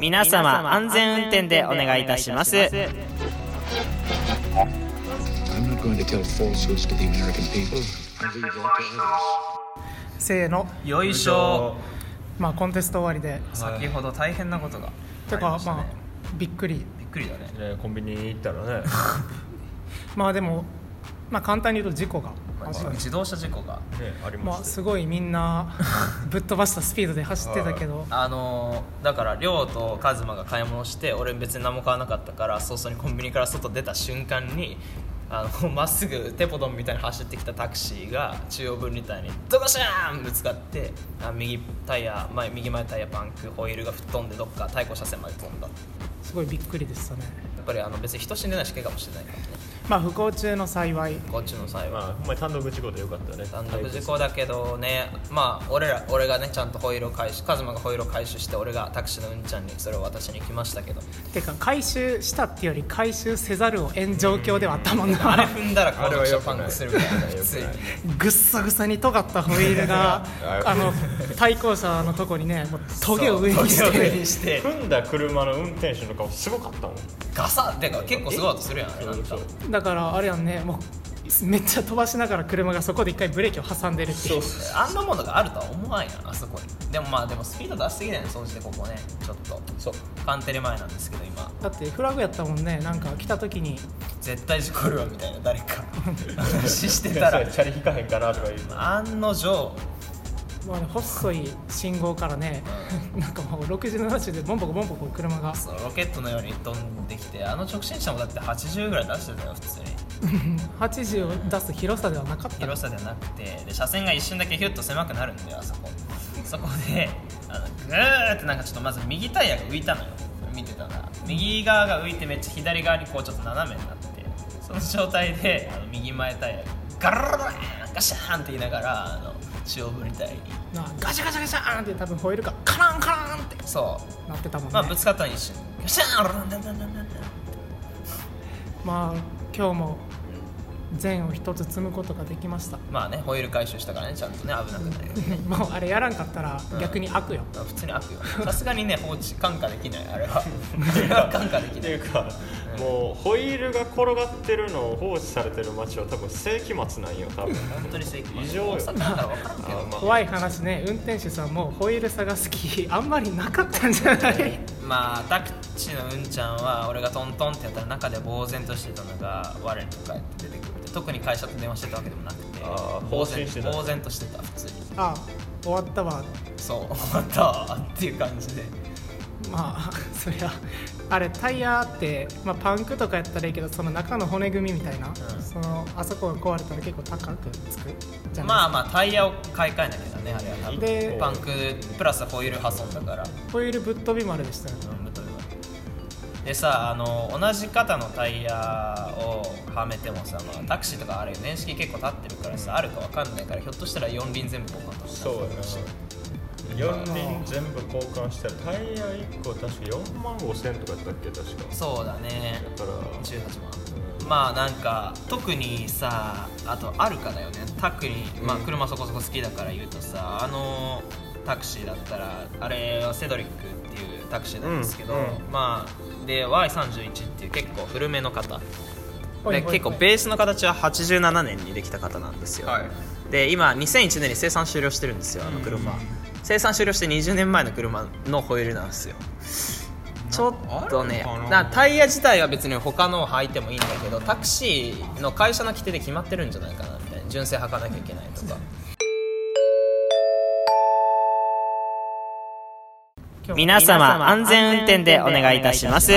皆様安全運転でお願いいたします I'm not going to tell falsehoods to the American people. I leave that to others. せーの、よいしょまあ、コンテスト終わりで、先ほど大変なことがてありかまし、たまあね、びっくり、びっくりだねねコンビニに行った らねまあでも、まあ、簡単に言うと事故があって、自動車事故がねありままあ、しすごいみんなぶっ飛ばしたスピードで走ってたけど、あのーだから亮とカズマが買い物して俺別に何も買わなかったから早々にコンビニから外出た瞬間にあのまっすぐテポドンみたいに走ってきたタクシーが中央分離帯にドコシャーンぶつかってあ右タイヤ前右前タイヤパンクホイールが吹っ飛んでどっか対向車線まで飛んだやすごいびっくりでしたね。っぱりあの別に人死んでないし怪我もしてないからねまあ、不幸中の幸い、こっちの際たは、まあほんまに単独事故でよかったね単独事故だけどねまあ俺ら俺がねちゃんとホイールを回収カズマがホイールを回収して俺がタクシーのうんちゃんにそれを渡しに行きましたけどてか、回収したっていうより、回収せざるを得ん状況ではあったもんあれな、踏んだらこあれのは人よくなパいンクするみたいなあれは普よく通にないぐっさぐさに尖ったホイールが、あの対向車のとこにね、もうトゲを上にそうしトゲを上てに。して組んだ車の運転手の顔すごかったもんガサってか結構すごい音するやんあれなんかそうだからあれやんねもうめっちゃ飛ばしながら車がそこで一回ブレーキを挟んでるっていうあんなものがあるとは思わんやんあそこにでもまあでもスピード出しすぎないねそしてここねちょっとそうカンテレ前なんですけど今だってフラグやったもんねなんか来た時に絶対事故るわみたいな誰か話してたらそうチャリ引かへんかなとか言う案の定もうね細い信号からね なんかもう6070でボンボコボンボコ車がそうロケットのように飛んできてあの直進車もだって80ぐらい出してたよ普通に80を出す広さではなかった広さじゃなくてで車線が一瞬だけヒュッと狭くなるんだよあそこそこであのグーってなんかちょっとまず右タイヤが浮いたのよ見てたら右側が浮いてめっちゃ左側にこうちょっと斜めになってその状態であの右前タイヤがガラララーンガシャーンって言いながらあの中央分離帯になガシャガシャガシャーンって多分ホイールがカランカランってそうなってたもんね、ままあ、あぶつかったの一瞬ガシャーンランランランランラン今日も善を一つ積むことができましたまあねホイール回収したからねちゃんとね危なくないようにねもうあれやらんかったら逆に悪よ、普通に悪 よさすがにね放置感化できないあれはあれは感化できっなていいうかもうホイールが転がってるのを放置されてる街は多分世紀末なんよ多分本当に正義異常よ大阪だから分からんけあまあ怖い話ね運転手さんもホイール探す気あんまりなかったんじゃないどまあタクチのうんちゃんは俺がトントンってやったら中で呆然としてたのが我に返って出てくるって特に会社と電話してたわけでもなくてあー呆放心してた然呆然としてた普通にあ終わったわそう 終わったわっていう感じでまあそりゃあれタイヤって、まあ、パンクとかやったらいいけどその中の骨組みみたいな、んそのあそこが壊れたら結構高くつくじゃまなあいまあタイヤを買い替えなきゃだねあれは多分でパンクプラスホイール破損だかでらすかホイールぶっ飛び丸でしたよねうん太いわでさあの同じ型のタイヤをはめてもさ、まあ、タクシーとかあれ年式結構立ってるからさ、あるかわかんないからひょっとしたら四輪全部交換とかそうやな4輪全部交換したらタイヤ1個確か4万5千とかやったっけ確かそうだねだから18万まあなんか特にさあとあるかだよねタクに、まあ、車そこそこ好きだから言うとさあのタクシーだったらあれはセドリックっていうタクシーなんですけど、うんまあで Y31 っていう結構古めの方ほいでほいほい結構ベースの形は87年にできた方なんですよ、で今2001年に生産終了してるんですよあの車、生産終了して20年前の車のホイールなんですよちょっとねなタイヤ自体は別に他のを履いてもいいんだけどタクシーの会社の規定で決まってるんじゃないかなみたいな純正履かなきゃいけないとか今日も皆様安全運転でお願いいたします